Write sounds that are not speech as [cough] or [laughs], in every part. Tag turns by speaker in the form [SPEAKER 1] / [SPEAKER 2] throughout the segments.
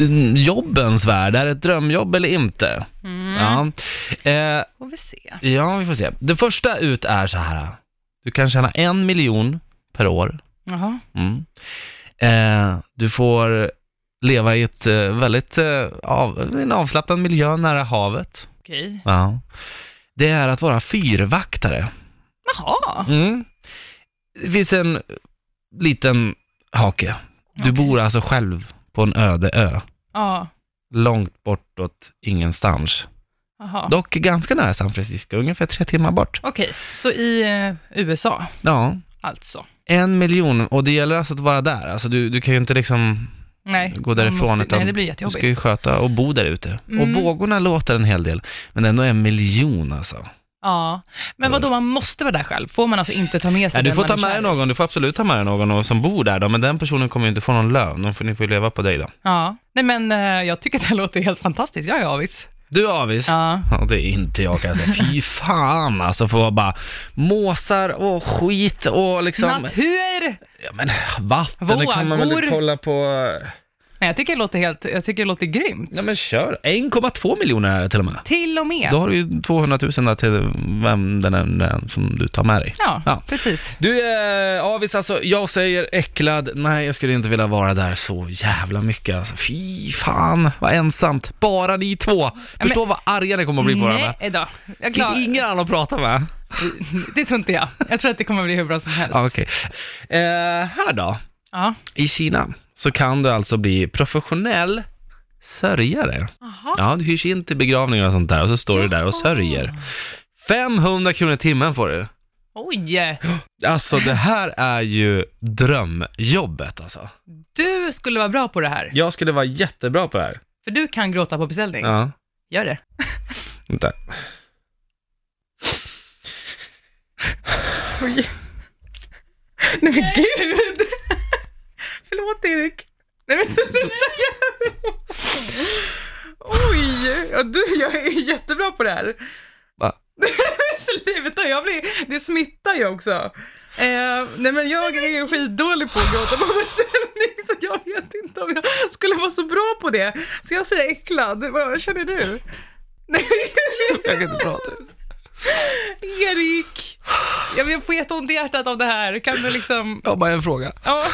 [SPEAKER 1] mm, jobbens värld, är det ett drömjobb eller inte? Ja. Eh,
[SPEAKER 2] Mm. Får vi se.
[SPEAKER 1] ja, vi får se. Det första ut är så här, du kan tjäna en miljon per år.
[SPEAKER 2] Jaha.
[SPEAKER 1] Mm. Eh, du får leva i ett eh, väldigt eh, av, en avslappnad miljö nära havet.
[SPEAKER 2] Okej.
[SPEAKER 1] Ja. Det är att vara fyrvaktare.
[SPEAKER 2] Jaha.
[SPEAKER 1] Mm. Det finns en liten hake. Du
[SPEAKER 2] Okej.
[SPEAKER 1] bor alltså själv på en öde ö,
[SPEAKER 2] Ja.
[SPEAKER 1] långt bortåt ingenstans.
[SPEAKER 2] Jaha.
[SPEAKER 1] Dock ganska nära San Francisco, ungefär tre timmar bort.
[SPEAKER 2] Okej, så i eh, USA
[SPEAKER 1] Ja,
[SPEAKER 2] alltså?
[SPEAKER 1] en miljon och det gäller alltså att vara där. Alltså du, du kan ju inte liksom
[SPEAKER 2] Nej.
[SPEAKER 1] gå
[SPEAKER 2] man
[SPEAKER 1] därifrån
[SPEAKER 2] måste,
[SPEAKER 1] utan
[SPEAKER 2] Nej, det blir
[SPEAKER 1] du
[SPEAKER 2] jättejobbigt.
[SPEAKER 1] ska ju sköta och bo där ute.
[SPEAKER 2] Mm.
[SPEAKER 1] Och vågorna låter en hel del, men ändå en miljon alltså.
[SPEAKER 2] Ja. Men vad då man måste vara där själv? Får man alltså inte ta med sig
[SPEAKER 1] Ja, du
[SPEAKER 2] den
[SPEAKER 1] får
[SPEAKER 2] man
[SPEAKER 1] ta
[SPEAKER 2] är
[SPEAKER 1] med
[SPEAKER 2] kär
[SPEAKER 1] dig
[SPEAKER 2] i?
[SPEAKER 1] någon, du får absolut ta med dig någon och- som bor där då, men den personen kommer ju inte få någon lön, De får- ni får ju leva på dig då.
[SPEAKER 2] Ja. Nej, men eh, jag tycker att det här låter helt fantastiskt. Jag är avis.
[SPEAKER 1] Du Avis,
[SPEAKER 2] Ja.
[SPEAKER 1] Ja, det är inte jag kan jag säga.
[SPEAKER 2] [laughs]
[SPEAKER 1] Fy fan alltså, får vara bara måsar och skit och liksom...
[SPEAKER 2] Natur!
[SPEAKER 1] ja, men vatten, det kan man
[SPEAKER 2] Vågor.
[SPEAKER 1] väl kolla på...
[SPEAKER 2] Nej, jag tycker det låter helt, jag tycker det låter grymt.
[SPEAKER 1] Ja men kör. 1,2 miljoner är det till och med.
[SPEAKER 2] Till och med.
[SPEAKER 1] Då har du ju 200 000 där till vem den är den som du tar med dig.
[SPEAKER 2] Ja,
[SPEAKER 1] Ja.
[SPEAKER 2] precis.
[SPEAKER 1] Du eh, Avis, alltså jag säger äcklad, nej jag skulle inte vilja vara där så jävla mycket alltså. Fy fan, vad ensamt. Bara ni två. Förstå vad arga ni kommer att bli på varandra.
[SPEAKER 2] Nej då. Jag
[SPEAKER 1] Det finns
[SPEAKER 2] klar,
[SPEAKER 1] ingen annan att prata med.
[SPEAKER 2] Det tror inte jag. Jag tror att det kommer bli hur bra som helst.
[SPEAKER 1] Ja, Okej. Eh, här då.
[SPEAKER 2] Ja.
[SPEAKER 1] I Kina så kan du alltså bli professionell sörjare.
[SPEAKER 2] Jaha.
[SPEAKER 1] Ja, du hyrs in till begravningar och sånt där och så står du där och sörjer. 500 kronor i timmen får du.
[SPEAKER 2] Oj!
[SPEAKER 1] Alltså det här är ju drömjobbet alltså.
[SPEAKER 2] Du skulle vara bra på det här.
[SPEAKER 1] Jag skulle vara jättebra på det här.
[SPEAKER 2] För du kan gråta på beställning.
[SPEAKER 1] Ja,
[SPEAKER 2] Gör det.
[SPEAKER 1] vänta.
[SPEAKER 2] Oj. Nej men gud! [laughs] Förlåt Erik. Nej men sluta! Oj! Ja, du, jag är jättebra på det här. [laughs]
[SPEAKER 1] Va?
[SPEAKER 2] Sluta, jag blir, det smittar ju också. Eh, nej men jag är ju skitdålig på att gråta på försäljning så jag vet inte om jag skulle vara så bra på det. Så jag säger äcklad, vad känner du? Nej,
[SPEAKER 1] Jag kan inte prata.
[SPEAKER 2] Erik! Jag, jag får jätteont i hjärtat av det här. Kan du liksom...
[SPEAKER 1] Jag har bara en fråga.
[SPEAKER 2] Ja,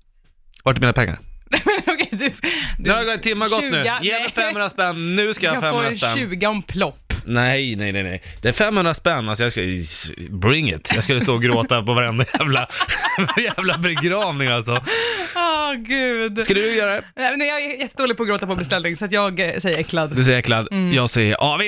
[SPEAKER 2] [laughs]
[SPEAKER 1] Vart är mina pengar?
[SPEAKER 2] men okej. Du,
[SPEAKER 1] Nu har
[SPEAKER 2] du,
[SPEAKER 1] en timme gått nu.
[SPEAKER 2] Tjuga.
[SPEAKER 1] Ge mig
[SPEAKER 2] Nej.
[SPEAKER 1] 500 spänn, nu ska jag ha
[SPEAKER 2] jag får
[SPEAKER 1] 500
[SPEAKER 2] en
[SPEAKER 1] spänn.
[SPEAKER 2] 20 om plopp.
[SPEAKER 1] Nej, nej, nej, nej. Det är 500 spänn, alltså jag skulle, bring it. Jag skulle stå och gråta på varenda jävla, [laughs] jävla begravning alltså.
[SPEAKER 2] Åh Ah, gud.
[SPEAKER 1] Skulle du göra det?
[SPEAKER 2] Nej, men jag är jättedålig på att gråta på beställning så att jag eh, säger äcklad.
[SPEAKER 1] Du säger äcklad, jag säger avis.